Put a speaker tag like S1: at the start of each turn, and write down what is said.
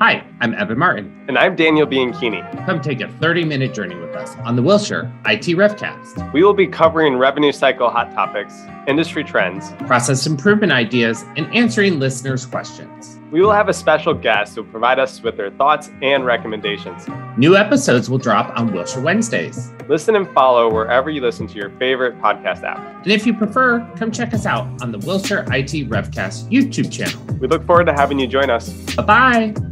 S1: Hi, I'm Evan Martin.
S2: And I'm Daniel Bianchini.
S1: Come take a 30 minute journey with us on the Wilshire IT Refcast.
S2: We will be covering revenue cycle hot topics, industry trends.
S1: Process improvement ideas and answering listeners' questions.
S2: We will have a special guest who will provide us with their thoughts and recommendations.
S1: New episodes will drop on Wilshire Wednesdays.
S2: Listen and follow wherever you listen to your favorite podcast app.
S1: And if you prefer, come check us out on the Wilshire IT Refcast YouTube channel.
S2: We look forward to having you join us.
S1: Bye bye.